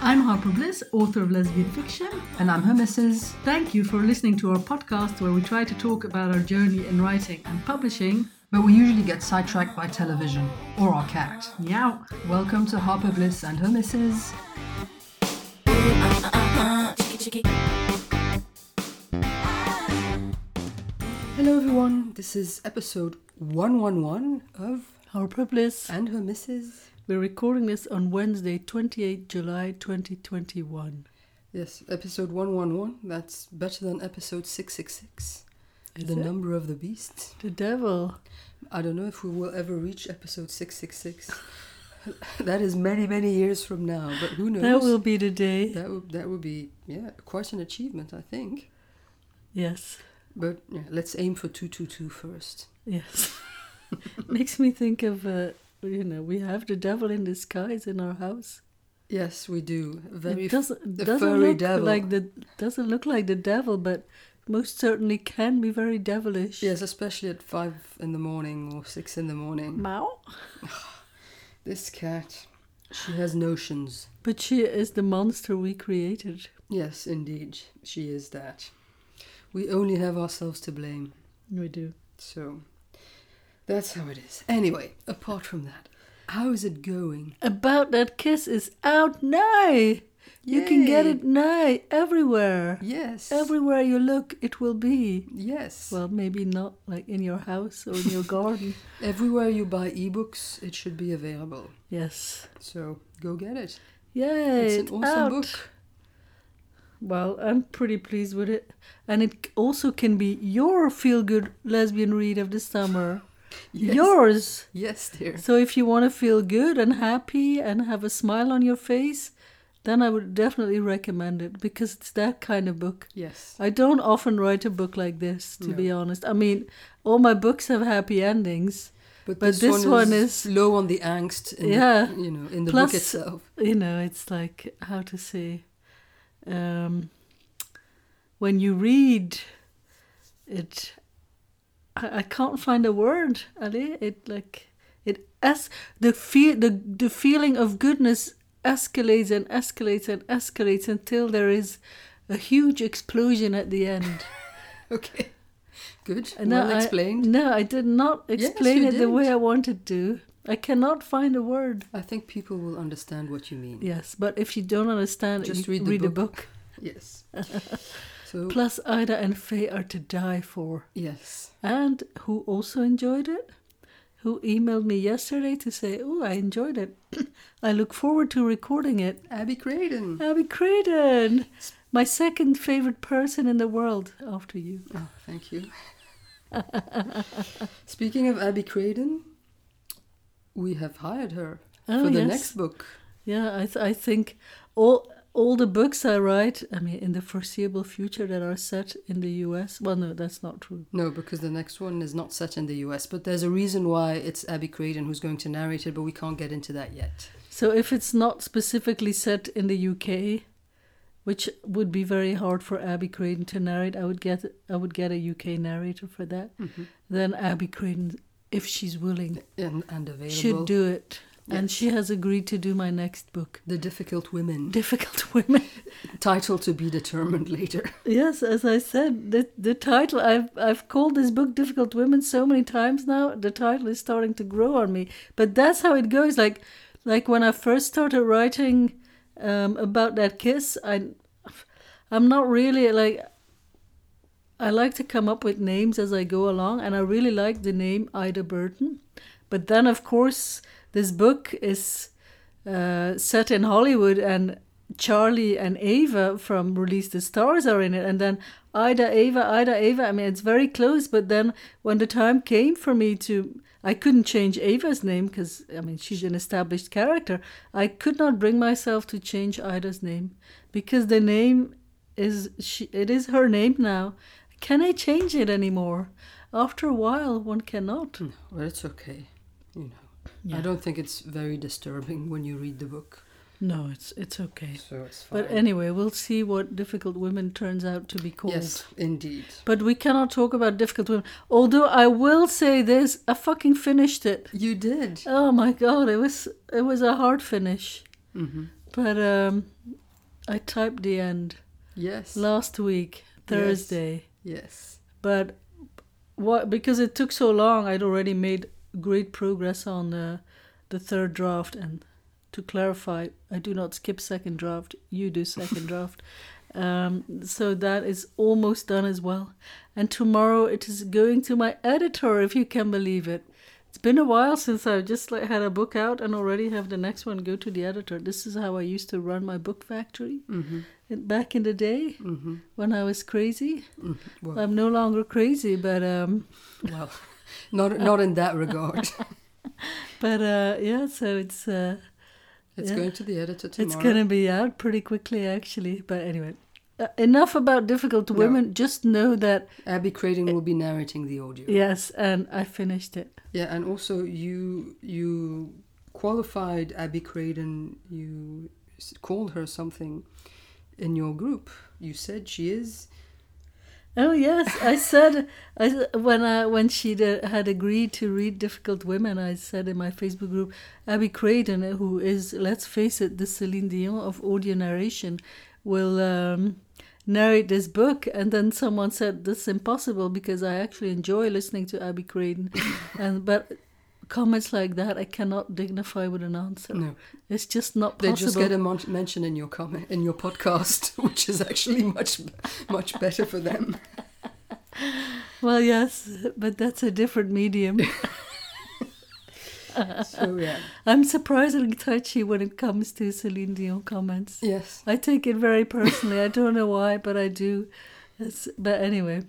Papa Bliss, author of lesbian fiction, and I'm her missus. Thank you for listening to our podcast where we try to talk about our journey in writing and publishing. But we usually get sidetracked by television or our cat. Meow. Welcome to Harper Bliss and her missus. Hello, everyone. This is episode 111 of Harper Bliss. And Her Misses. We're recording this on Wednesday, 28 July 2021. Yes, episode 111. That's better than episode 666. Is the it? number of the beast. The devil. I don't know if we will ever reach episode 666. that is many, many years from now, but who knows? That will be the day. that would that would be yeah quite an achievement I think. Yes. But yeah, let's aim for 222 first. Yes. Makes me think of, uh, you know, we have the devil in disguise in our house. Yes, we do. Very it doesn't, the doesn't furry look devil. like the doesn't look like the devil, but most certainly can be very devilish. yes, especially at five in the morning or six in the morning. Mao. This cat, she has notions. But she is the monster we created. Yes, indeed, she is that. We only have ourselves to blame. We do. So that's how it is. Anyway, apart from that, how is it going? About that kiss is out now. You can get Yay. it now everywhere. Yes. Everywhere you look, it will be. yes. Well, maybe not like in your house or in your garden. Everywhere you buy ebooks, it should be available. Yes. So go get it. Yay! It's an awesome out. book. Well, I'm pretty pleased with it. And it c- also can be your feel good lesbian read of the summer. Yes. Yours! Yes, dear. So if you want to feel good and happy and have a smile on your face, then I would definitely recommend it because it's that kind of book. Yes. I don't often write a book like this, to No. be honest. I mean, all my books have happy endings, but this one is- low on the angst. In Yeah. The, you know, in the Plus- book itself. you know it's like how to say um when you read it i, I can't find a word ali it like it as the feel the, the feeling of goodness escalates and escalates and escalates until there is a huge explosion at the end Okay. Good. And well I- explained. Uh, no i did not Yes, explain you it the way did. i wanted to i cannot find a word I, think people will understand what you mean. yes but if you don't understand Just it you read the read the book. book Yes. so Plus, Ida and Faye are to die for. yes. And who also enjoyed it? Who emailed me yesterday to say, Oh, I enjoyed it. I look forward to recording it. Abby Craden. Abby Creighton, my second favorite person in the world after you. Oh, thank you. Speaking of Abby Craden, we have hired her Oh, for the yes. next book. Yeah, I, th- I think all all the books I write, I mean, in the foreseeable future that are set in the US, well, no, that's not true. No, because the next one is not set in the US, but there's a reason why it's Abby Craden who's going to narrate it, but we can't get into that yet. So if it's not specifically set in the UK, which would be very hard for Abby Creighton to narrate, I would get I would get a UK narrator for that. Then Abby Creighton, if she's willing, And, and available. should do it. And she has agreed to do my next book, The Difficult Women. Difficult Women. Title to be determined later. yes, as I said, the the title I've I've called this book Difficult Women so many times now. The title is starting to grow on me, but that's how it goes. Like like when I first started writing um, about that kiss, I I'm not really like I like to come up with names as I go along, and I really like the name Ida Burton. But then, of course, this book is uh, set in Hollywood, and Charlie and Ava from Release the Stars are in it, and then Ida, Ava, Ida, Ava. I mean, it's very close. But then, when the time came for me to, I couldn't change Ava's name because I mean she's an established character. I could not bring myself to change Ida's name because the name is she it is her name now can i change it anymore after a while one cannot Well, it's okay. You know. Yeah. I don't think it's very disturbing when you read the book. no it's it's okay So it's fine. but anyway we'll see what difficult women turns out to be called yes, indeed. but we cannot talk about difficult women although i will say this i fucking finished it You did. oh my god it was it was a hard finish hmm but um I typed the end Yes. last week, Thursday. Yes. But what because it took so long, I'd already made great progress on the the third draft. And to clarify, I do not skip second draft. You do second draft. Um, so that is almost done as well. And tomorrow it is going to my editor, if you can believe it. It's been a while since I've just like had a book out and already have the next one go to the editor. This is how I used to run my book factory Mm-hmm. in- back in the day Mm-hmm. when I was crazy. Well, I'm no longer crazy, but um, well, not not in that regard. but uh, yeah. So it's uh, It's Yeah. going to the editor tomorrow. it's gonna be out pretty quickly, actually. But anyway, uh, enough about difficult women. Just know that Abby Crading will be narrating the audio. yes, and I finished it. Yeah, and also you you qualified Abby Craden. You s- called her something in your group. You said she is. Oh yes, I said I s- when I when she did, had agreed to read Difficult Women, I said in my Facebook group, Abby Craden, uh, who is let's face it, the Celine Dion of audio narration, will um, narrate this book. And then someone said that's impossible because I actually enjoy listening to Abby Craden, and but comments like that I cannot dignify with an answer. No, It's just not Mm. they possible. just get a mon- mention in your comment in your podcast, which is actually much much better for them. well, yes, but that's a different medium. So yeah, I'm surprisingly touchy when it comes to Celine Dion comments. yes, I take it very personally. I don't know why, but I do. It's, but anyway,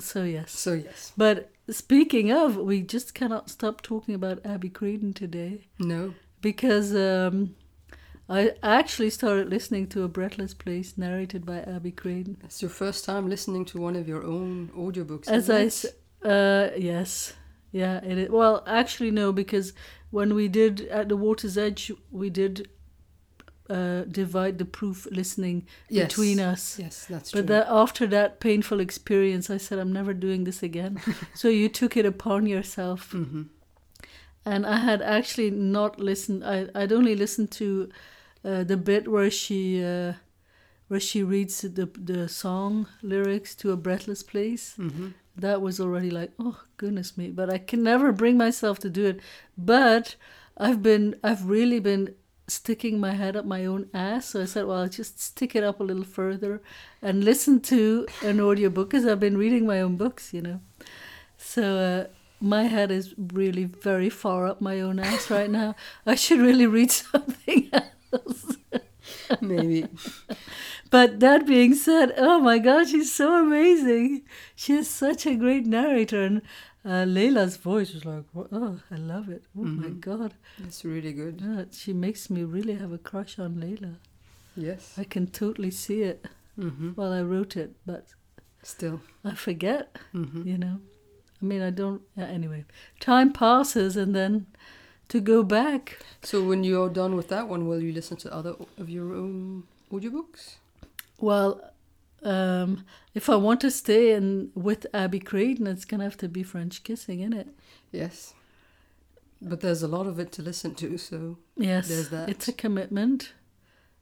so yes. so yes, But speaking of, we just cannot stop talking about Abby Creedon today no, because um, I actually started listening to A Breathless Place narrated by Abby Creedon. it's your first time listening to one of your own audiobooks. As isn't I it? s- uh, yes, yeah, it is. Well, actually, no, because when we did at the water's edge, we did uh, divide the proof listening Yes. between us. yes, that's true. But that, after that painful experience, I said, I'm never doing this again. so you took it upon yourself. hmm And I had actually not listened, I, I'd only listened to uh, the bit where she. Uh, where she reads the the song lyrics to a breathless place, hmm that was already like oh goodness me but i can never bring myself to do it but i've been i've really been sticking my head up my own ass so i said well i'll just stick it up a little further and listen to an audiobook because i've been reading my own books you know so uh, my head is really very far up my own ass right now i should really read something Maybe But that being said, oh my God, she's so amazing. She is such a great narrator, and uh, Leila's voice is like, wha- oh, I love it. Oh my Mhm. God, it's really good. Yeah, she makes me really have a crush on Leila. Yes. I can totally see it. Mm-hmm. Well, I wrote it, but Still. I forget. Mm-hmm. You know, I mean, I don't. yeah, anyway, time passes, and then to go back. So when you're done with that one, will you listen to other o- of your own audiobooks? Well. Um, if I want to stay in with Abby Creighton, it's gonna have to be French kissing, is it? Yes. But there's a lot of it to listen to, so Yes, There's that. it's a commitment,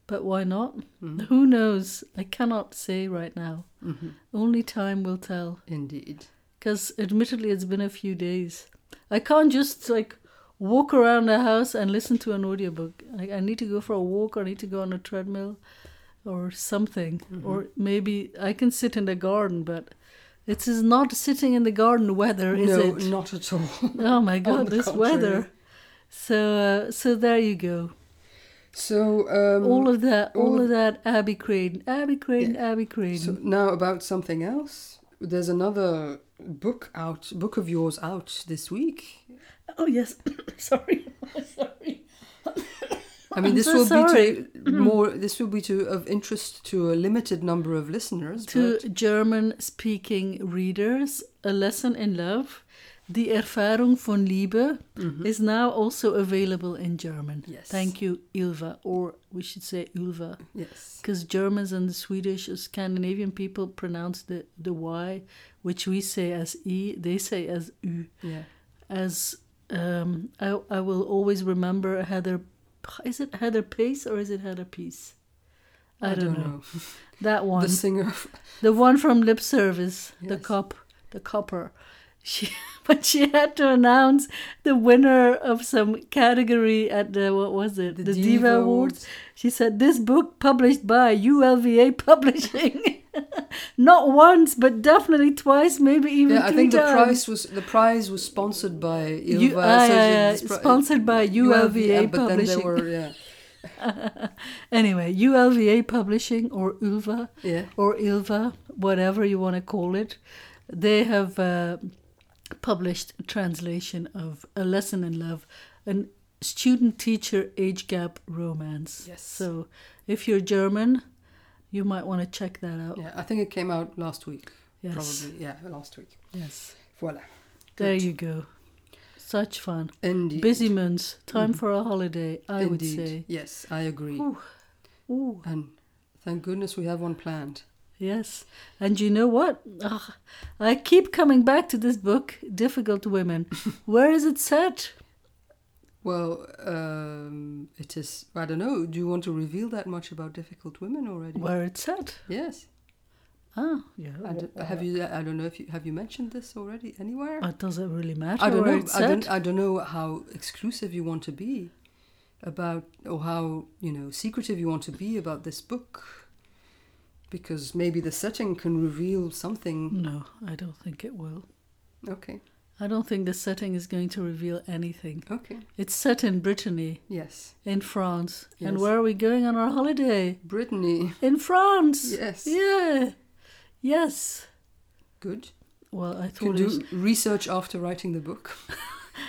but why not? mm, Who knows? I cannot say right now. mhm, Only time will tell. indeed. Because admittedly, it's been a few days. I can't just like walk around the house and listen to an audiobook. I, I need to go for a walk, or I need to go on a treadmill, or something. Mm-hmm. Or maybe I can sit in the garden, but it is not sitting in the garden weather, is no, it? not at all. Oh my On God, the this contrary. weather. So, uh, so there you go. So um, all of that, all all of that Abby Crane, Abby Crane, Abby Crane. so now about something else. There's another book out, book of yours out this week. oh yes, sorry, sorry. I mean, I'm this so Mm-hmm. will be to more. This will be to of interest to a limited number of listeners. To but German-speaking readers, a lesson in love, die Erfahrung von Liebe, is now also available in German. Yes. Thank you, Ilva, or we should say Ulva, yes, because Germans and the Swedish, or Scandinavian people pronounce the the y, which we say as e, they say as u. yeah, as um, I, I will always remember Heather. Is it Heather Pace or is it Heather Peace? I, don't, know. that one, The the, singer. one from Lip Service, the Yes. cop, the copper. She, but she had to announce the winner of some category at the what was it? The, Diva, Awards. She said, This book published by ULVA Publishing. Not once, but definitely twice, maybe even Yeah, I three think the times. prize was the prize was sponsored by Ilva. You- ah, uh, so yeah, she- yeah, this pri- sponsored by ULVA but then they Publishing. were yeah, Anyway, ULVA Publishing or ULVA yeah. or ILVA, whatever you want to call it, they have uh, published a translation of A Lesson in Love, an student teacher age gap romance. Yes. So if you're German, you might want to check that out. Yeah, I think it came out last week. yes. Probably, yeah, last week. Yes. Voila. There Good. you go. Such fun. Indeed. Busy months. Time for a holiday, I Mm-hmm. Indeed. would say. Yes, I agree. Ooh. Ooh. And thank goodness we have one planned. Yes. And you know what? Ah, I keep coming back to this book, Difficult Women. Where is it set? Well, um, it is. I don't know. Do you want to reveal that much about difficult women already? Where it's set? Yes. Ah, yeah. I d- have you? I don't know if you have you mentioned this already anywhere. But does it really matter I don't where know. it's I set? don't. I don't know how exclusive you want to be about, or how you know secretive you want to be about this book, because maybe the setting can reveal something. No, I don't think it will. Mm. Okay. I don't think the setting is going to reveal anything. Okay. It's set in Brittany, Yes. in France. And Yes. where are we going on our holiday? Brittany. In France! Yes. Yeah! Yes! Good. Well, I Can thought it was do research after writing the book.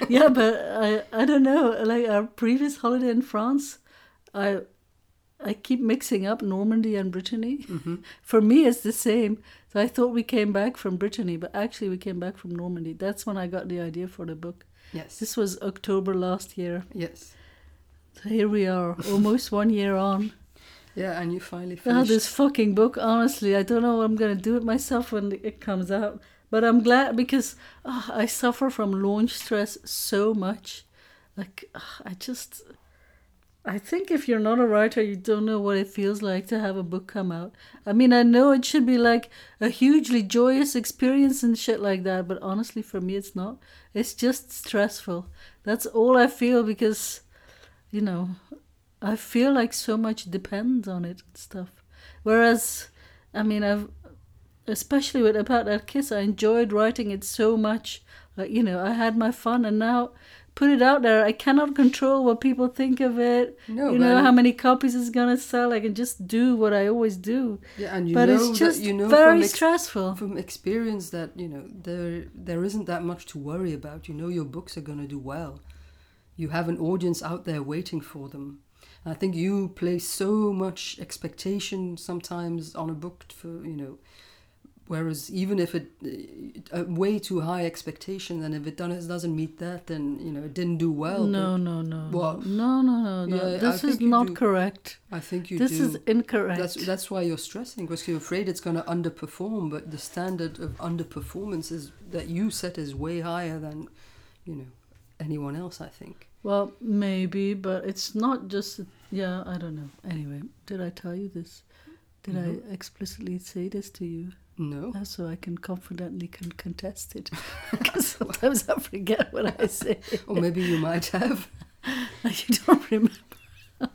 yeah, but I I don't know. Like our previous holiday in France, I I keep mixing up Normandy and Brittany. For me, it's the same. So I thought we came back from Brittany, but actually we came back from Normandy. That's when I got the idea for the book. Yes. This was October last year. Yes. So here we are, almost one year on. Yeah, and you finally Ah, finished. this fucking book, honestly, I don't know what I'm going to do with myself when it comes out. But I'm glad because ah, I suffer from launch stress so much. Like, ah, I just. I think if you're not a writer, you don't know what it feels like to have a book come out. I mean, I know it should be like a hugely joyous experience and shit like that, but honestly, for me, it's not. It's just stressful. That's all I feel because, you know, I feel like so much depends on it and stuff. Whereas, I mean, I've especially with about that kiss, I enjoyed writing it so much. Like you know, I had my fun, and now put it out there. I cannot control what people think of it. No, you know but- how many copies it's gonna sell. I can just do what I always do. yeah, and you but know it's just that, you know very from, ex- stressful. from experience that you know there there isn't that much to worry about. You know your books are going to do well. You have an audience out there waiting for them. I think you place so much expectation sometimes on a book for you know. Whereas even if it a way too high expectation, and if it doesn't doesn't meet that, then you know it didn't do well. No, no, no, Well, no, no, no, no. yeah, I this is think you not do. correct. But I think you this do. is incorrect. That's that's why you're stressing because you're afraid it's going to underperform. But the standard of underperformance is that you set is way higher than, you know, anyone else. I think. Well, maybe, but it's not just. Yeah, I don't know. Anyway, did I tell you this? Did I explicitly say this to you? No. Uh, So I can confidently con- contest it. Because sometimes I forget what I say. or maybe you might have. I don't remember.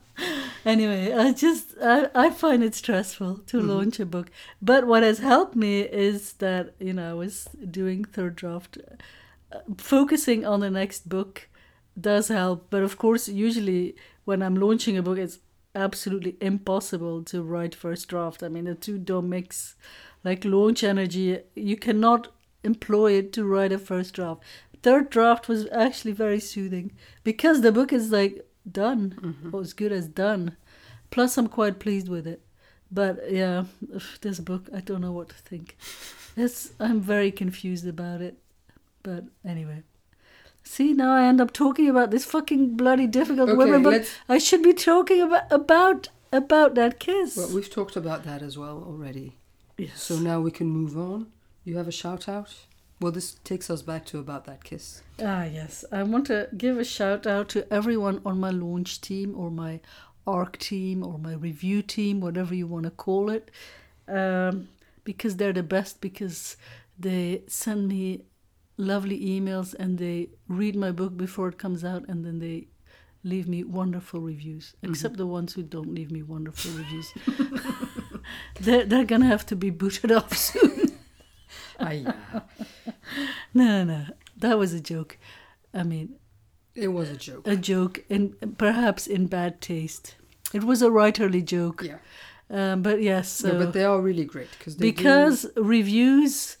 anyway, I just I, I find it stressful to launch a book. But what has helped me is that you know I was doing third draft, uh, focusing on the next book does help. But of course, usually when I'm launching a book, it's absolutely impossible to write first draft. I mean, the two don't mix. Like launch energy, you cannot employ it to write a first draft. Third draft was actually very soothing because the book is like done, or as good as done. Plus, I'm quite pleased with it. But yeah, this book, I don't know what to think. It's, I'm very confused about it. But anyway. See, now I end up talking about this fucking bloody difficult Okay, women book. let's- I should be talking about about about that kiss. Well, we've talked about that as well already. yes. So now we can move on. You have a shout out. Well, this takes us back to about that kiss. Ah, yes. I want to give a shout out to everyone on my launch team or my arc team or my review team, whatever you want to call it, um, because they're the best because they send me lovely emails and they read my book before it comes out and then they leave me wonderful reviews, except the ones who don't leave me wonderful reviews. they're, they're going to have to be booted off soon. Ah, yeah. no, no, no. That was a joke. I mean, It was a joke. a joke and perhaps in bad taste. It was a writerly joke. Yeah. Um, but yes, no, so- but they are really great because they do- because reviews.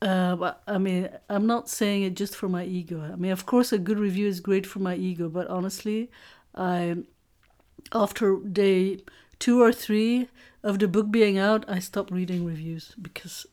Uh, but, I mean, I'm not saying it just for my ego. I mean, of course, a good review is great for my ego, but honestly, I after day two or three of the book being out, I stopped reading reviews because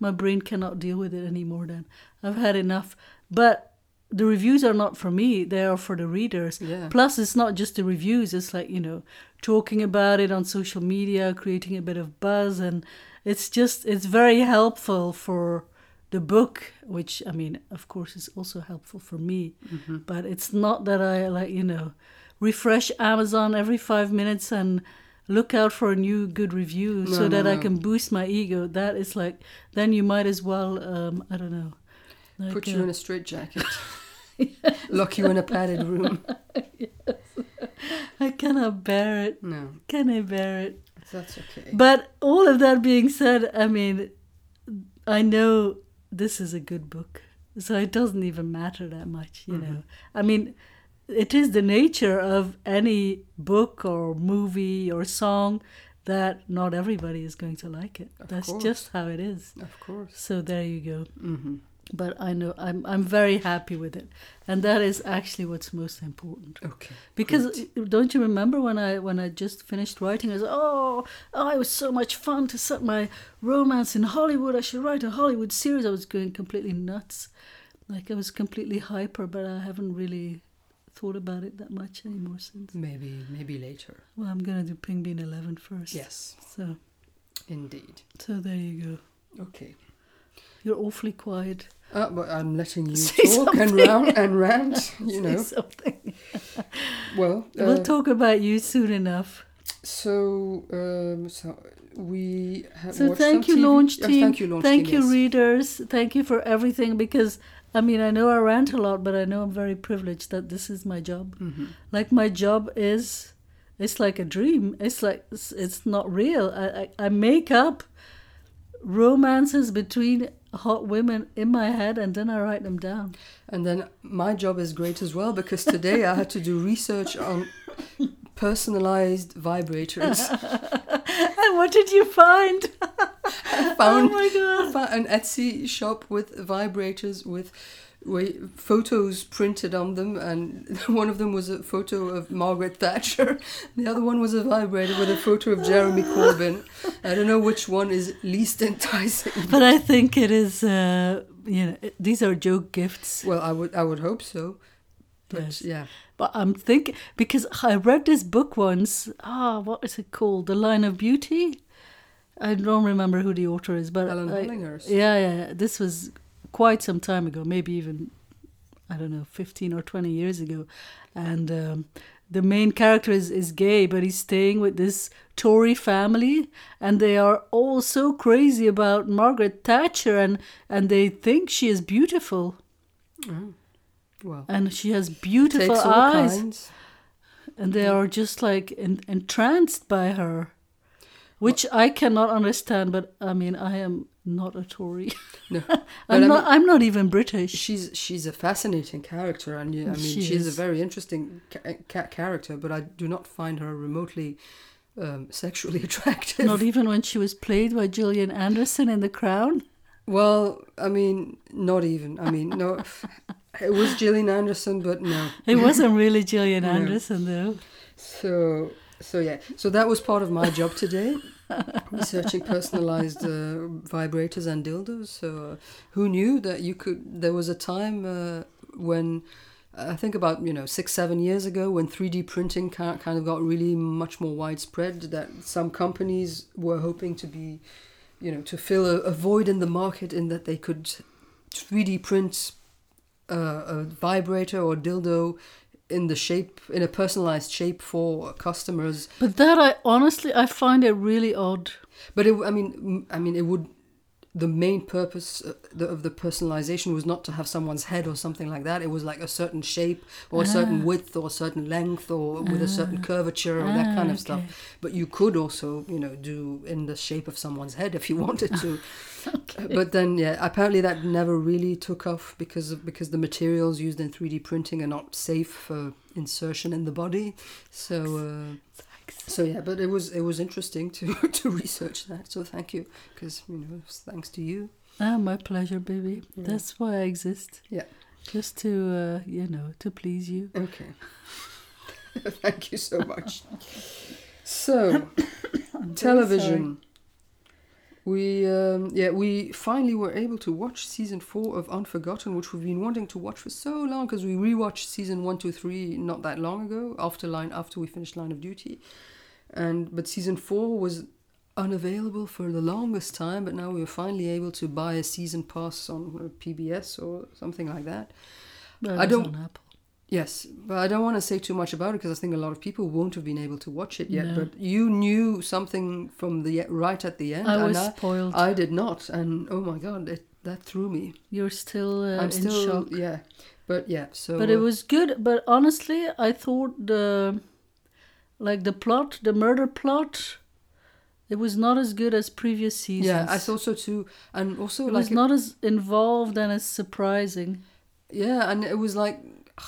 my brain cannot deal with it anymore. Then I've had enough. But the reviews are not for me; they are for the readers. Yeah. Plus, it's not just the reviews. It's like you know, talking about it on social media, creating a bit of buzz, and it's just it's very helpful for the book. Which I mean, of course, is also helpful for me. But it's not that I like you know refresh Amazon every five minutes and look out for a new good review so no, that I no. can boost my ego. That is like then you might as well um, I don't know. Like, put uh, you in a straitjacket, lock you in a padded room. uh, I cannot bear it. No, Can I bear it? that's okay. But all of that being said, I mean, I know this is a good book, so it doesn't even matter that much, you Mm-hmm. know. I mean, it is the nature of any book or movie or song that not everybody is going to like it. Of That's course. just how it is. of course. So there you go. hmm But I know I'm I'm very happy with it, and that is actually what's most important. Okay. Because don't you remember when I when I just finished writing? I was oh, oh, it was so much fun to set my romance in Hollywood. I should write a Hollywood series. I was going completely nuts, like I was completely hyper. But I haven't really thought about it that much anymore since. Maybe, maybe later. Well, I'm gonna do Ping Bean Eleven first. Yes, So indeed. so there you go. Okay. You're awfully quiet. Uh, but I'm letting you Say talk and round and rant. You Say know. something. Well. Uh, we'll talk about you soon enough. so, um, so we have. So watched thank some you, TV launch Oh, team. thank you, launch Thank team. you, yes. readers. Thank you for everything because I mean I know I rant a lot, but I know I'm very privileged that this is my job. Mhm. Like my job is, it's like a dream. It's like it's, it's not real. I, I I make up romances between hot women in my head, and then I write them down. And then my job is great as well because today I had to do research on personalized vibrators. And what did you find? I Oh found my god! Fa- an Etsy shop with vibrators with wi- photos printed on them, and one of them was a photo of Margaret Thatcher. The other one was a vibrator with a photo of Jeremy Corbyn. I don't know which one is least enticing. But I think it is. Uh, you know, it- these are joke gifts. Well, I would I would hope so, but Yes. yeah, But I'm thinking because I read this book once. Ah, what is it called? The Line of Beauty. I don't remember who the author is, but Alan I- Hollinger's. Yeah, yeah, yeah. This was quite some time ago, maybe even I don't know, fifteen or twenty years ago, and um, the main character is is gay, but he's staying with this Tory family, and they are all so crazy about Margaret Thatcher, and and they think she is beautiful, well, and she has beautiful takes all eyes kinds. and they Mm-hmm. are just like en- entranced by her, which I cannot understand. But I mean, I am not a Tory. No, I'm but I not. I'm not even British. she's she's a fascinating character, and you- I mean She she's a is. very interesting ca- ca- character, but I do not find her remotely um, sexually attractive. Not e-, even when she was played by Gillian Anderson in The Crown. Well, I mean, not even. I mean, no, it was Gillian Anderson, but no. It wasn't really Gillian No. Anderson though. So, so yeah. So that was part of my job today, researching personalized uh, vibrators and dildos. So, uh, who knew that you could? There was a time uh, when. I think about you know six seven years ago when 3D printing ki- kind of got really much more widespread that some companies were hoping to be you know to fill a, a void in the market in that they could 3D print uh, a vibrator or dildo in the shape in a personalized shape for customers But that I honestly I find it really odd. But it, I mean, m- I mean, it would. The main purpose uh, the- of the personalization was not to have someone's head or something like that. It was like a certain shape or a certain width or a certain length or with a certain curvature or that Ah. Ah, kind of stuff. But you could also, you know, do in the shape of someone's head if you wanted to. But then, yeah, apparently that never really took off because of, because the materials used in three D printing are not safe for insertion in the body. So. Uh, so yeah, but it was it was interesting to to research that. So thank you, because you know, it's thanks to you. Ah, my pleasure, baby. That's why I exist. Yeah. Just to uh, you know, to please you. Okay. thank you so much. So, television. We um, yeah we finally were able to watch season four of Unforgotten, which we've been wanting to watch for so long because we rewatched season one, two, three not that long ago after line after we finished Line of Duty, and but season four was unavailable for the longest time, but now we were finally able to buy a season pass on uh, PBS or something like that. Well, I it's don't- on Apple. Yes, but I don't want to say too much about it because I think a lot of people won't have been able to watch it yet. No. But you knew something from the e, right at the end. I and was spoiled. I did not, and oh my god, it, that threw me. You're still uh, I'm in still shock. yeah, but yeah. So But it uh, was good. But honestly, I thought the like the plot, the murder plot, it was not as good as previous seasons. yeah, I thought so too, and also it like was not as involved and as surprising. yeah, and it was like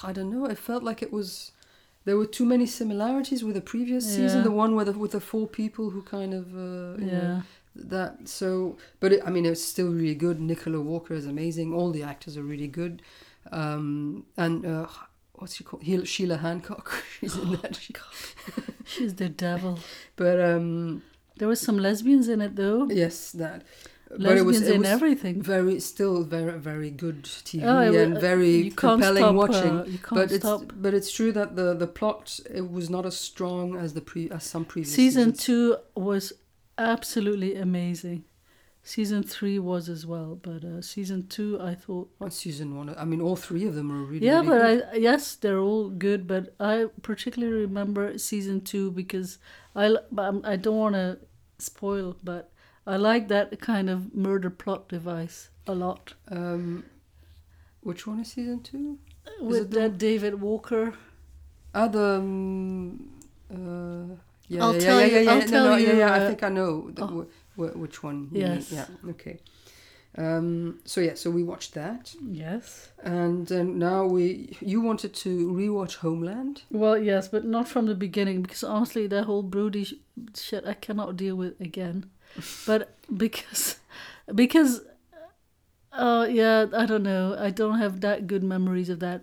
I don't know. It felt like it was. There were too many similarities with the previous season, Yeah. the one with the, with the four people who kind of uh, you know, Yeah, that so but it, i mean it's still really good nicola walker is amazing all the actors are really good um and uh what's she called Heil- sheila hancock she's in that Oh, she's the devil. but um There was some lesbians in it though. yes that but Lesbians it was, it in was everything. very still very very good tv Oh, it wa- and very you can't compelling stop, watching uh, you can't but stop. it's but it's true that the the plot it was not as strong as the pre as some previous Season seasons. two was absolutely amazing. Season three was as well, but uh, season two I thought Well, season one i mean all three of them were really yeah, really but good. I yes, they're all good, but I particularly remember season two because I l- but I'm- I don't want to spoil, but I like that kind of murder plot device a lot Um, which one is season two? it with the- that David Walker. Ah, the um, uh, yeah, I'll yeah, tell yeah, you- yeah, yeah, I'll no, tell no, yeah, you, yeah. I uh, think I know the, oh. wh- wh- which one. you mean. Yes. Yeah. Okay. Um, so yeah, so we watched that, Yes. and um, now we you wanted to rewatch Homeland. Well, yes, but not from the beginning because honestly, that whole broody sh- shit I cannot deal with again. but because, because, uh, yeah, I don't know. I don't have that good memories of that,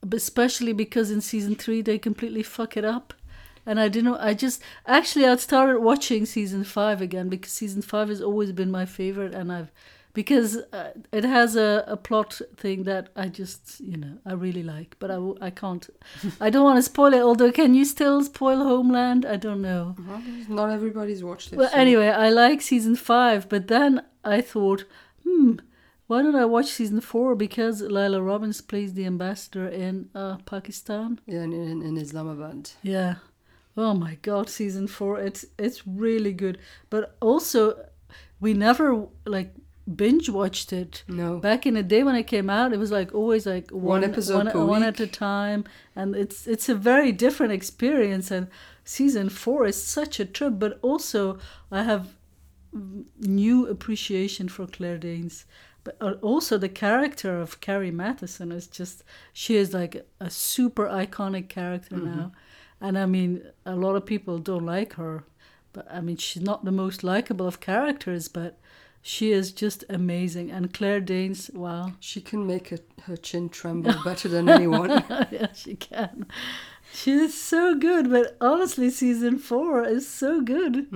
but especially because in season three they completely fuck it up, and I didn't. I just actually I started watching season five again because season five has always been my favorite, and I've because uh, it has a, a plot thing that I just you know I really like, but I, w- I can't. I don't want to spoil it. Although, can you still spoil Homeland? I don't know. Well, Not everybody's watched it. Uh-huh. Well, so- anyway, I like season five, but then I thought, hmm, why don't I watch season four? Because Lila Robbins plays the ambassador in uh, Pakistan. Yeah, in, in, in Islamabad. Yeah. Oh my God, season four. It's it's really good, but also we never like binge watched it. No. Back in the day when it came out, it was like always like One episode one, per one week. at a time, and it's it's a very different experience. And season four is such a trip, but also I have mm, new appreciation for Claire Danes. But uh, also the character of Carrie Matheson is just she is like a super iconic character Mm-hmm. now, and I mean a lot of people don't like her, but I mean she's not the most likable of characters, but she is just amazing. And Claire Danes, wow, She can make her, her chin tremble better than anyone. yeah, she can. She is so good, but honestly, season four is so good.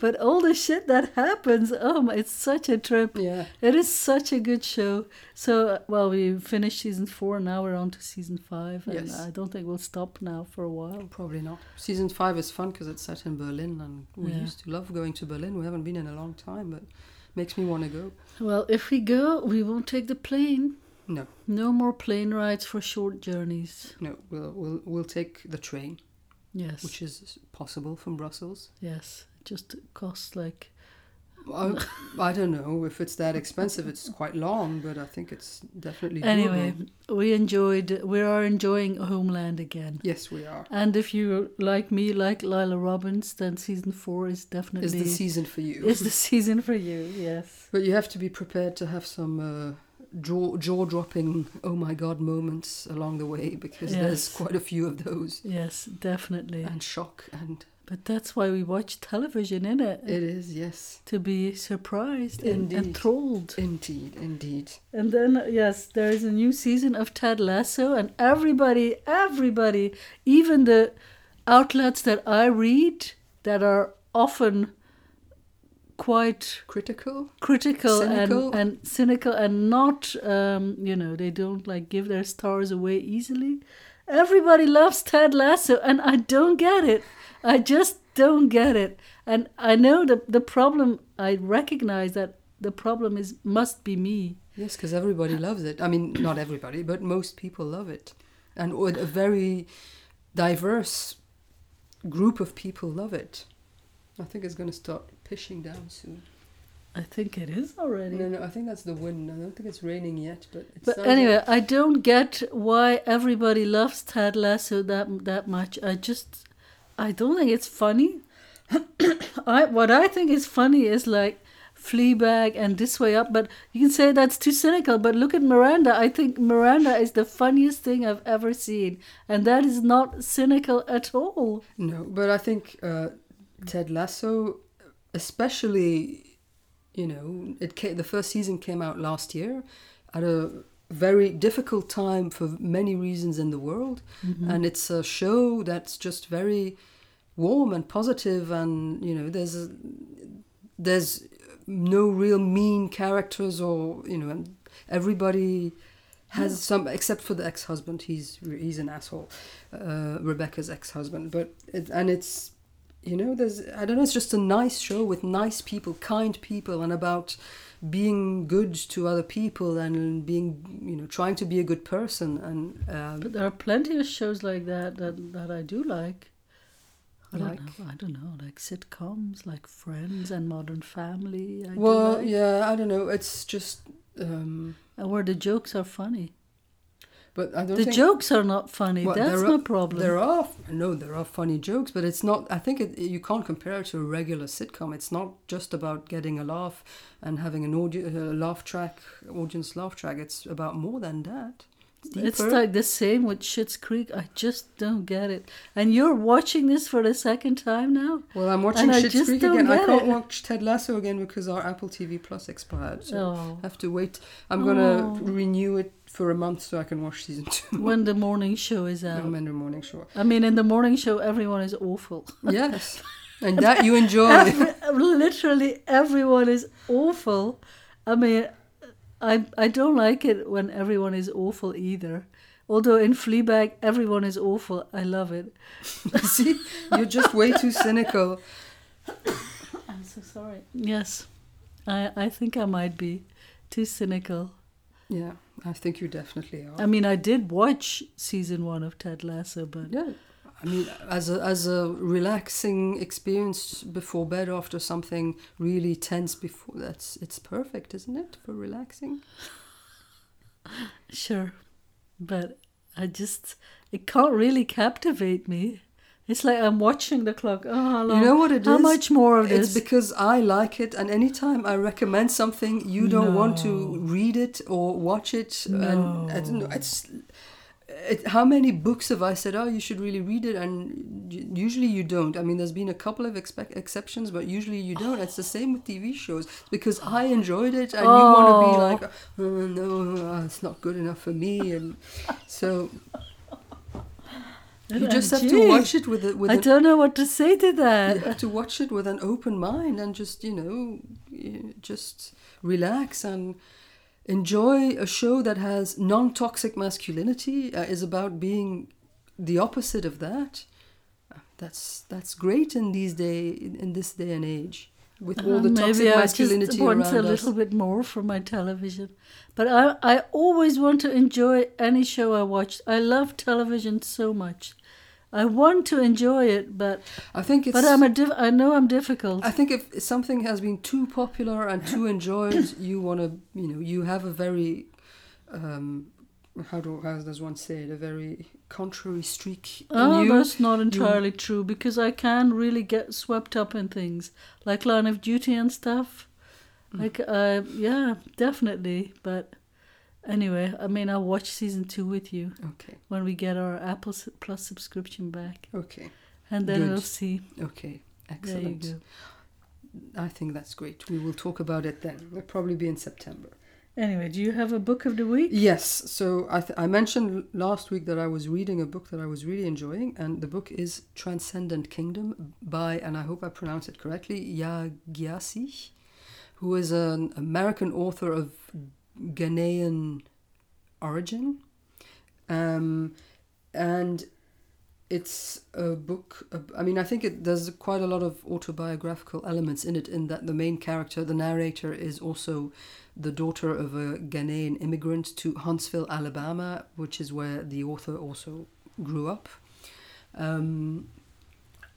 But all the shit that happens, oh my, it's such a trip. yeah. It is such a good show. So, uh, well, we finished season four. Now we're on to season five, and Yes. I don't think we'll stop now for a while. Probably not. Season five is fun because it's set in Berlin, and we Yeah. used to love going to Berlin. We haven't been in a long time, but makes me want to go. Well, if we go, we won't take the plane. No, No more plane rides for short journeys. no, we'll we'll we'll take the train, Yes. which is possible from Brussels. yes. It Just costs like I, I don't know if it's that expensive. It's quite long, but I think it's definitely Anyway, doable. we enjoyed we are enjoying Homeland again. Yes, we are. And if you like me, like Lila Robbins, then season four is definitely Is the season for you? is the season for you. Yes. But you have to be prepared to have some uh, jaw jaw dropping oh my god moments along the way because there's Yes. quite a few of those Yes, definitely. and shock and But that's why we watch television in it, it is yes to be surprised and, and Indeed. trolled. indeed indeed And then yes, there is a new season of Ted Lasso, and everybody, everybody, even the outlets that I read that are often quite critical critical Cynical. and and cynical and not um, you know they don't like give their stars away easily. Everybody loves Ted Lasso, and I don't get it. I just don't get it. And I know the the problem. I recognize that the problem is must be me. yes because everybody loves it I mean not everybody but most people love it and with a very diverse group of people love it I think it's going to start pishing down soon I think it is already. no no I think that's the wind I don't think it's raining yet but it's But anyway, I don't get why everybody loves Ted Lasso that that much. I just, I don't think it's funny. I what I think is funny is like Fleabag and This Way Up. But you can say that's too cynical. But look at Miranda. I think Miranda is the funniest thing I've ever seen, and that is not cynical at all. No, but I think uh, Ted Lasso, especially, you know, it ca the first season came out last year at a very difficult time for many reasons in the world, and it's a show that's just very warm and positive, and you know, there's a, there's no real mean characters or you know, and everybody has some except for the ex-husband he's he's an asshole uh, rebecca's ex-husband but it, and it's you know there's i don't know it's just a nice show with nice people kind people and about being good to other people and being you know trying to be a good person and um, But there are plenty of shows like that that, that I do like. I don't Like? know. I don't know, like sitcoms, like Friends and Modern Family. I do well like. yeah i don't know it's just um, And where the jokes are funny. but i don't The think jokes are not funny. Well, That's there my are- problem. There are no, there are funny jokes, but it's not. I think it, you can't compare it to a regular sitcom. It's not just about getting a laugh and having an audio a laugh track, audience laugh track. It's about more than that. it's deeper. like the same with Schitt's Creek. I just don't get it. And you're watching this for the second time now. Well, I'm watching I Schitt's just Creek don't again. I get can't it. watch Ted Lasso again because our Apple TV Plus expired. So Oh. I have to wait. I'm gonna Oh. renew it for a month so I can watch season two. When the morning show is out. I'm in the morning show. I mean, in the morning show, everyone is awful. Yes, and that you enjoy. Every, literally everyone is awful. I mean, I I don't like it when everyone is awful either. Although in Fleabag everyone is awful, I love it. See, you're just way too cynical. I'm so sorry. Yes, I I think I might be too cynical. Yeah, I think you definitely are. I mean, I did watch season one of Ted Lasso, but Yeah, I mean, as a as a relaxing experience before bed after something really tense before that's it's perfect, isn't it, for relaxing? sure, but I just it can't really captivate me. It's like I'm watching the clock. Oh, how long? You know what it is? How much more of It's this? because I like it, and anytime I recommend something, you don't want to read it or watch it, and I don't know. It's it, how many books have I said? Oh, you should really read it, and y- usually you don't. I mean, there's been a couple of expec exceptions, but usually you don't. It's the same with TV shows because I enjoyed it, and you want to be Oh. like, oh, no, uh, it's not good enough for me, and so. Oh, You just have to Gee. watch it with a, with I an don't know what to say to that. you have to watch it with an open mind and just you know y- just relax and enjoy a show that has non-toxic masculinity uh, is about being the opposite of that Uh, that's that's great in these day in in this day and age with all the Uh, toxic Maybe I just masculinity around want a us. little bit more from my television. But I, I always want to enjoy any show I watch. I love television so much. I want to enjoy it, but I think it's. but I'm a diff- I know I'm difficult. I think if something has been too popular and too enjoyed, you want to, you know, you have a very, um, how do how does one say it? A very contrary streak in Oh, you. that's not entirely true because I can really get swept up in things like Line of Duty and stuff. Mm. Like, uh, yeah, definitely. But anyway, I mean, I'll watch season two with you Okay, when we get our Apple s- Plus subscription back, okay, and then Good. we'll see. okay. There you Excellent. go. I think that's great. We will talk about it then. It'll probably be in September. Anyway, do you have a book of the week? Yes. So I, th- I mentioned l- last week that I was reading a book that I was really enjoying, and the book is Transcendent Kingdom by, and I hope I pronounce it correctly, Yagyasi, who is an American author of Ghanaian origin. Um, and it's a book. ab- I mean, I think it there's quite a lot of autobiographical elements in it. In that the main character, the narrator, is also the daughter of a Ghanaian immigrant to Huntsville, Alabama, which is where the author also grew up. Um,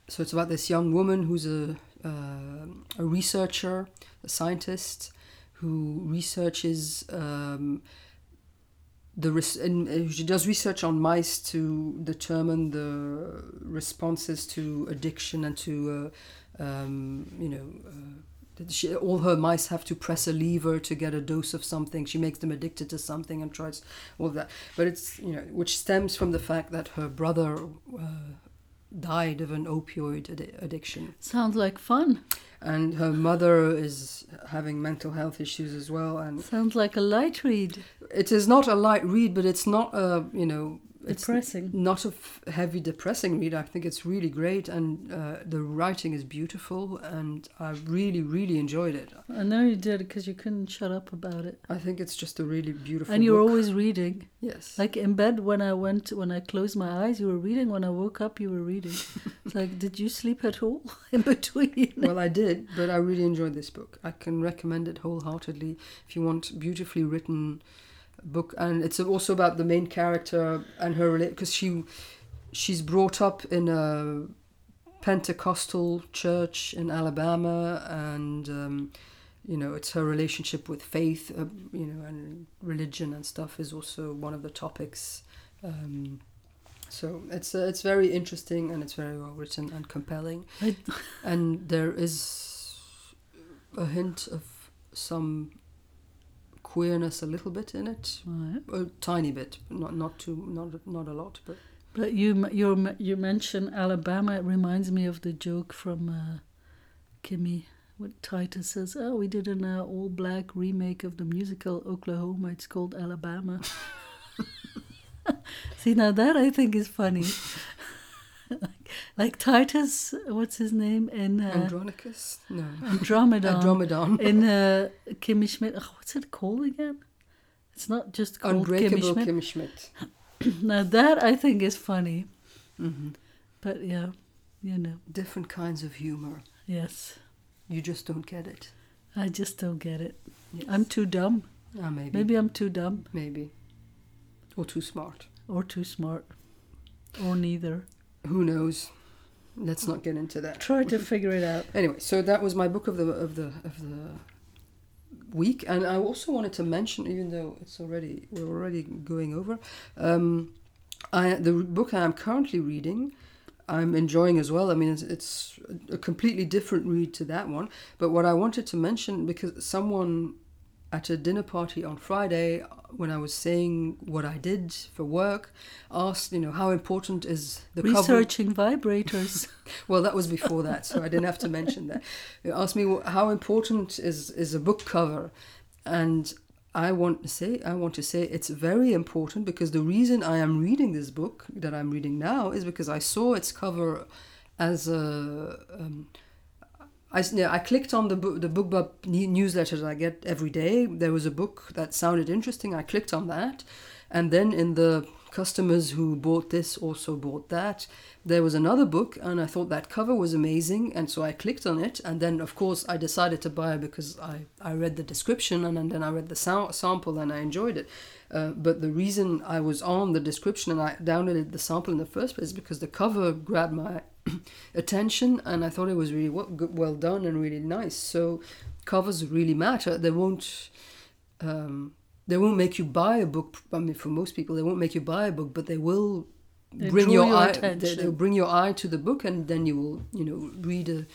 so it's about this young woman who's a uh, a researcher, a scientist, who researches. Um, the res- and uh, she does research on mice to determine the responses to addiction and to uh, um, you know uh, that she, all her mice have to press a lever to get a dose of something she makes them addicted to something and tries all that but it's you know which stems from the fact that her brother uh, died of an opioid addi- addiction Sounds like fun. and her mother is having mental health issues as well and Sounds like a light read. it is not a light read, but it's not a you know it's Depressing. Not a f- heavy depressing read. I think it's really great, and uh, the writing is beautiful, and I really really enjoyed it. I know you did because you couldn't shut up about it. I think it's just a really beautiful. And you're book. always reading. yes, Like in bed, when I went, when I closed my eyes, you were reading. When I woke up, you were reading. it's like, did you sleep at all in between? well I did, but I really enjoyed this book. I can recommend it wholeheartedly if you want beautifully written book, and it's also about the main character and her relate because she she's brought up in a Pentecostal church in Alabama, and um, you know it's her relationship with faith, uh, you know, and religion and stuff is also one of the topics. Um, so it's uh, it's very interesting and it's very well written and compelling I- and there is a hint of some queerness a little bit in it Right. a tiny bit not not too not not a lot but But you, you, you mentioned Alabama. It reminds me of the joke from uh, Kimmy. What Titus says, oh, we did an uh, all black remake of the musical Oklahoma. It's called Alabama. See, now that I think is funny. like, like Titus, what's his name? In uh, andronicus no Andromeda. andromedon in uh, Kimmy Schmidt. Oh, what's it called again? It's not just called Kimmy unbreakable Schmidt. kim schmidt Now that I think is funny, hmm but yeah, you know, different kinds of humor yes, you just don't get it I just don't get it. yes. I'm too dumb. Ah, maybe maybe Maybe I'm too dumb maybe or too smart or too smart or neither. who knows let's not get into that Try to figure it out. anyway so that was my book of the of the of the week and i also wanted to mention even though it's already we're already going over um i the book i'm currently reading i'm enjoying as well i mean it's, it's a completely different read to that one but what i wanted to mention because someone at a dinner party on friday when i was saying what i did for work asked you know how important is the cover- Researching vibrators. well, that was before that, so I didn't have to mention that. They asked me "Well, how important is is a book cover, and I want to say I want to say it's very important because the reason I am reading this book that I'm reading now is because I saw its cover as a um, I, s- yeah, I clicked on the book, the BookBub ne- newsletter that I get every day. There was a book that sounded interesting. I clicked on that, and then in the customers who bought this also bought that. There was another book, and I thought that cover was amazing, and so I clicked on it. And then, of course, I decided to buy because I, I read the description and, and then I read the sound, sample and I enjoyed it. Uh, but the reason I was on the description and I downloaded the sample in the first place is because the cover grabbed my attention and I thought it was really well, well done and really nice. So covers really matter. They won't. Um, they won't make you buy a book. I mean, for most people, they won't make you buy a book, but they will They bring draw your, your eye. They, attention. they'll bring your eye to the book, and then you will, you know, read a,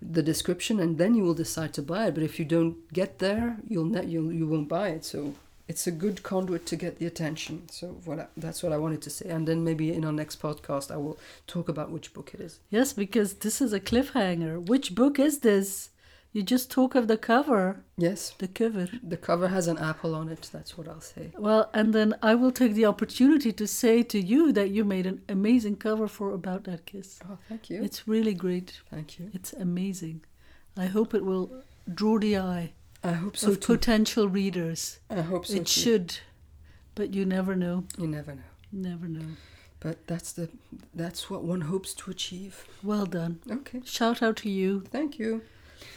the description, and then you will decide to buy it. But if you don't get there, you'll not, you'll, you won't buy it. So it's a good conduit to get the attention. So voilà, that's what I wanted to say. And then maybe in our next podcast, I will talk about which book it is. Yes, because this is a cliffhanger. Which book is this? You just talk of the cover, Yes, the cover. the cover has an apple on it. That's what I'll say. Well, and then I will take the opportunity to say to you that you made an amazing cover for About That Kiss. Oh, thank you. It's really great. thank you. It's amazing. I hope it will draw the eye I hope so of too. potential readers. I hope so it too. should, but you never know. You never know. Never know. But that's the that's what one hopes to achieve. Well done. Okay. Shout out to you. Thank you.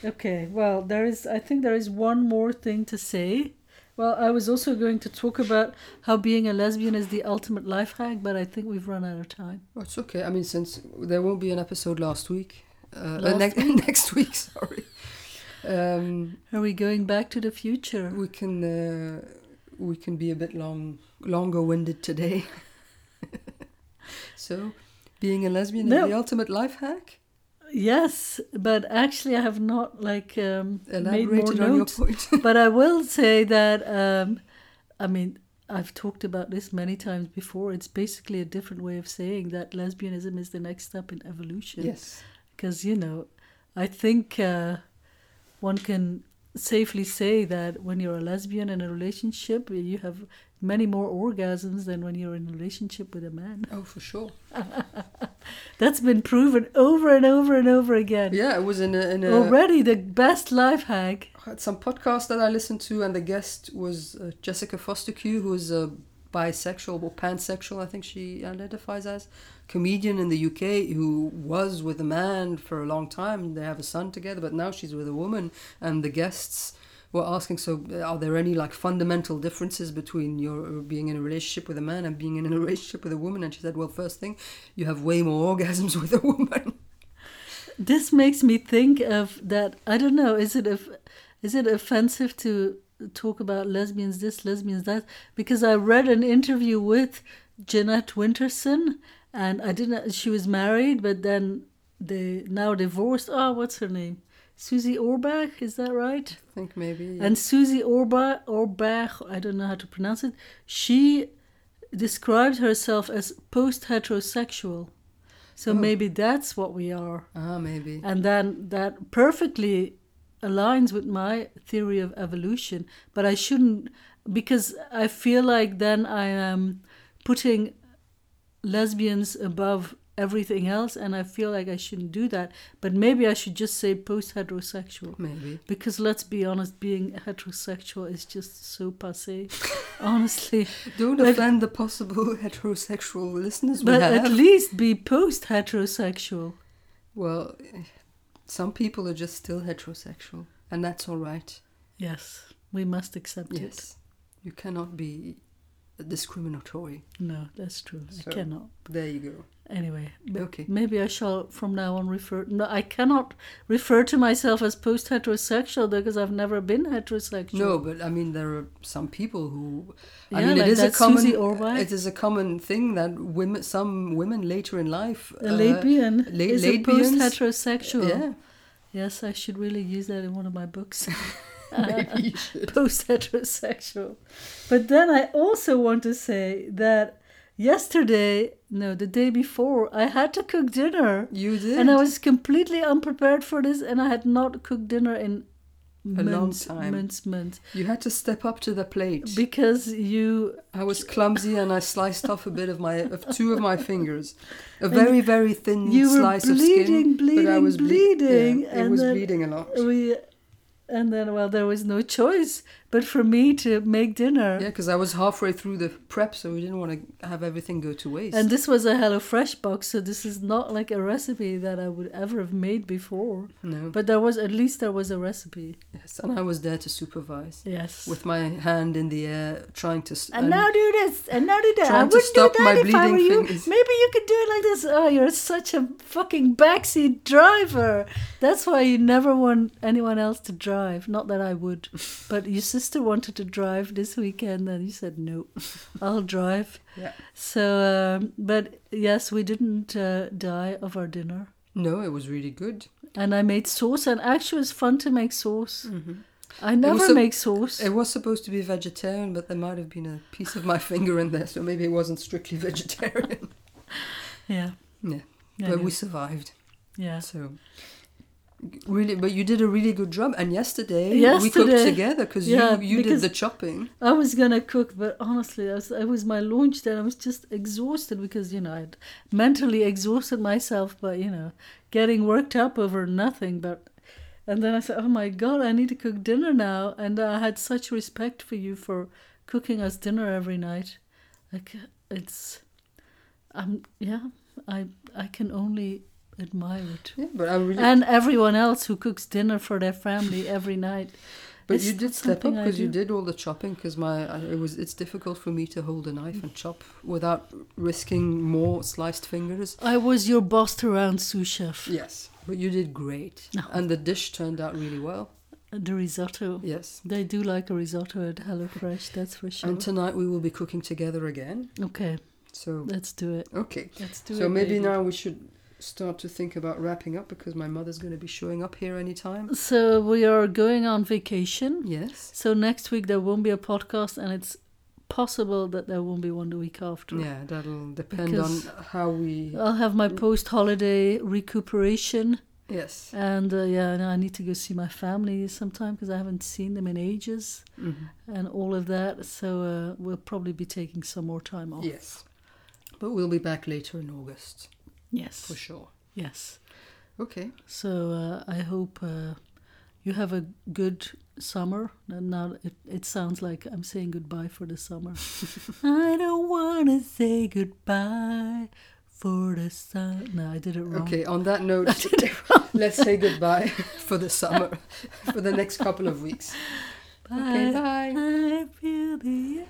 Okay, well, there is, I think there is one more thing to say. Well, I was also going to talk about how being a lesbian is the ultimate life hack, but I think we've run out of time. Well, Oh, it's okay. I mean, since there won't be an episode last week, uh, Last next next week, sorry. Um, Are we going back to the future? we can uh, we can be a bit long longer winded today. so, being a lesbian No. is the ultimate life hack. Yes, but actually, I have not like um, made more Elaborated on your notes. point. but I will say that um, I mean I've talked about this many times before. It's basically a different way of saying that lesbianism is the next step in evolution. yes. because you know, I think uh, one can safely say that when you're a lesbian in a relationship, you have many more orgasms than when you're in a relationship with a man. Oh, for sure. That's been proven over and over and Oh, over again. Yeah, it was in a, in a Already the best life hack. had some podcast that I listened to, and the guest was uh, Jessica Foster Q, who is a bisexual or pansexual, I think she identifies as, comedian in the UK who was with a man for a long time. They have a son together, but now she's with a woman, and the guests were asking, so uh, are there any like fundamental differences between your uh, being in a relationship with a man and being in a relationship with a woman? And she said, well, first thing, you have way more orgasms with a woman. This makes me think of that. I don't know. Is it of, is it offensive to talk about lesbians this, lesbians that? Because I read an interview with Jeanette Winterson, and I didn't. She was married, but then they now divorced. Oh, what's her name? Susie Orbach, is that right? I think maybe. yeah. And Susie Orba, Orberg, I don't know how to pronounce it, she described herself as post heterosexual. So maybe that's what we are. ah, maybe. And then that perfectly aligns with my theory of evolution. But I shouldn't, because I feel like then I am putting lesbians above everything else, and I feel like I shouldn't do that. But maybe I should just say post heterosexual. Maybe. Because let's be honest, being heterosexual is just so passe. Honestly. Don't Like- offend the possible heterosexual listeners we But have. at least be post heterosexual. well, eh, some people are just still heterosexual, and that's all right. Yes, we must accept it. Yes, you cannot be discriminatory. No, that's true. So- I cannot. There you go. Anyway, but Okay. maybe I shall from now on refer. No, I cannot refer to myself as post heterosexual because I've never been heterosexual. No, but I mean there are some people who. I Yeah, mean like it is a that common. Susie Orbach. It is a common thing that women, some women later in life, A uh, lesbian la- is a post lesbians- heterosexual. Yeah, Yes, I should really use that in one of my books. maybe you should. post heterosexual. But then I also want to say that yesterday, no, the day before, I had to cook dinner. You did. And I was completely unprepared for this, and I had not cooked dinner in A long months, time. months, months. you had to step up to the plate. Because you, I was clumsy and I sliced off a bit of my of two of my fingers, a very very thin you were slice of bleeding, skin. but I bleeding, was ble- bleeding, yeah, it and was then- bleeding a lot. we, and then well, there was no choice but for me to make dinner. Yeah, because I was halfway through the prep, so we didn't want to have everything go to waste. And this was a HelloFresh box, so this is not like a recipe that I would ever have made before. no. But there was at least there was a recipe. Yes, and I was there to supervise Yes. with my hand in the air, trying to. s- and now do this, and now do that. I trying to wouldn't do stop my that if I were bleeding you. fingers. Maybe you could do it like this. Oh, you're such a fucking backseat driver. That's why you never want anyone else to drive. Not that I would, but your sister wanted to drive this weekend, and you said no, I'll drive. Yeah. So, um, but yes, we didn't uh, die of our dinner, No, it was really good. and I made sauce, and actually, it was fun to make sauce. I Mm-hmm. was never so- make sauce. It was supposed to be vegetarian, but there might have been a piece of my finger in there, so maybe it wasn't strictly vegetarian. yeah. yeah, Yeah, but no. we survived. yeah. So really, but you did a really good job. And yesterday, we cooked Yesterday. together because Yeah, you you because- did the chopping. I was gonna cook, but honestly, I was, it was my launch day. and I was just exhausted because you know I'd mentally exhausted myself by you know getting worked up over nothing. But and then I said, "Oh my God, I need to cook dinner now." And I had such respect for you for cooking us dinner every night. Like it's, I'm yeah, I I can only admire it. Yeah, but I really. And everyone else who cooks dinner for their family every night. but It's you did step up something I because you do. did all the chopping. Because my I, it was it's difficult for me to hold a knife and chop without risking more sliced fingers. I was your bossed around sous chef. Yes, but you did great, No. and the dish turned out really well. The risotto. Yes. They do like a risotto at HelloFresh, that's for sure. And tonight we will be cooking together again. okay, So let's do it. okay. Let's do it. so maybe baby. now we should start to think about wrapping up because my mother's going to be showing up here anytime. So we are going on vacation. Yes. So next week there won't be a podcast, and it's possible that there won't be one the week after. Yeah, that'll depend Because- uh, on how we. I'll have my post holiday recuperation, Yes. and uh, yeah, and I need to go see my family sometime because I haven't seen them in ages Mhm. and all of that. So uh, we'll probably be taking some more time off. Yes. But we'll be back later in August Yes. for sure. Yes. Okay. So uh, I hope uh, you have a good summer. And now it, it sounds like I'm saying goodbye for the summer. I don't want to say goodbye for the summer. No, I did it wrong. Okay. On that note, let's say goodbye for the summer, for the next couple of weeks. Okay. Bye. I feel the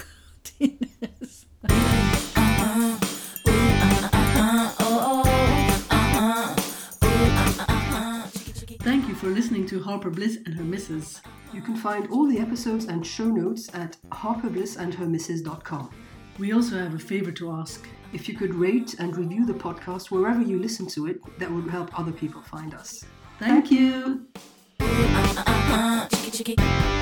emptiness. Thank you for listening to Harper Bliss and Her Misses. You can find all the episodes and show notes at harperblissandhermisses.com. We also have a favor to ask. If you could rate and review the podcast wherever you listen to it, that would help other people find us. Thank you. chicky chicky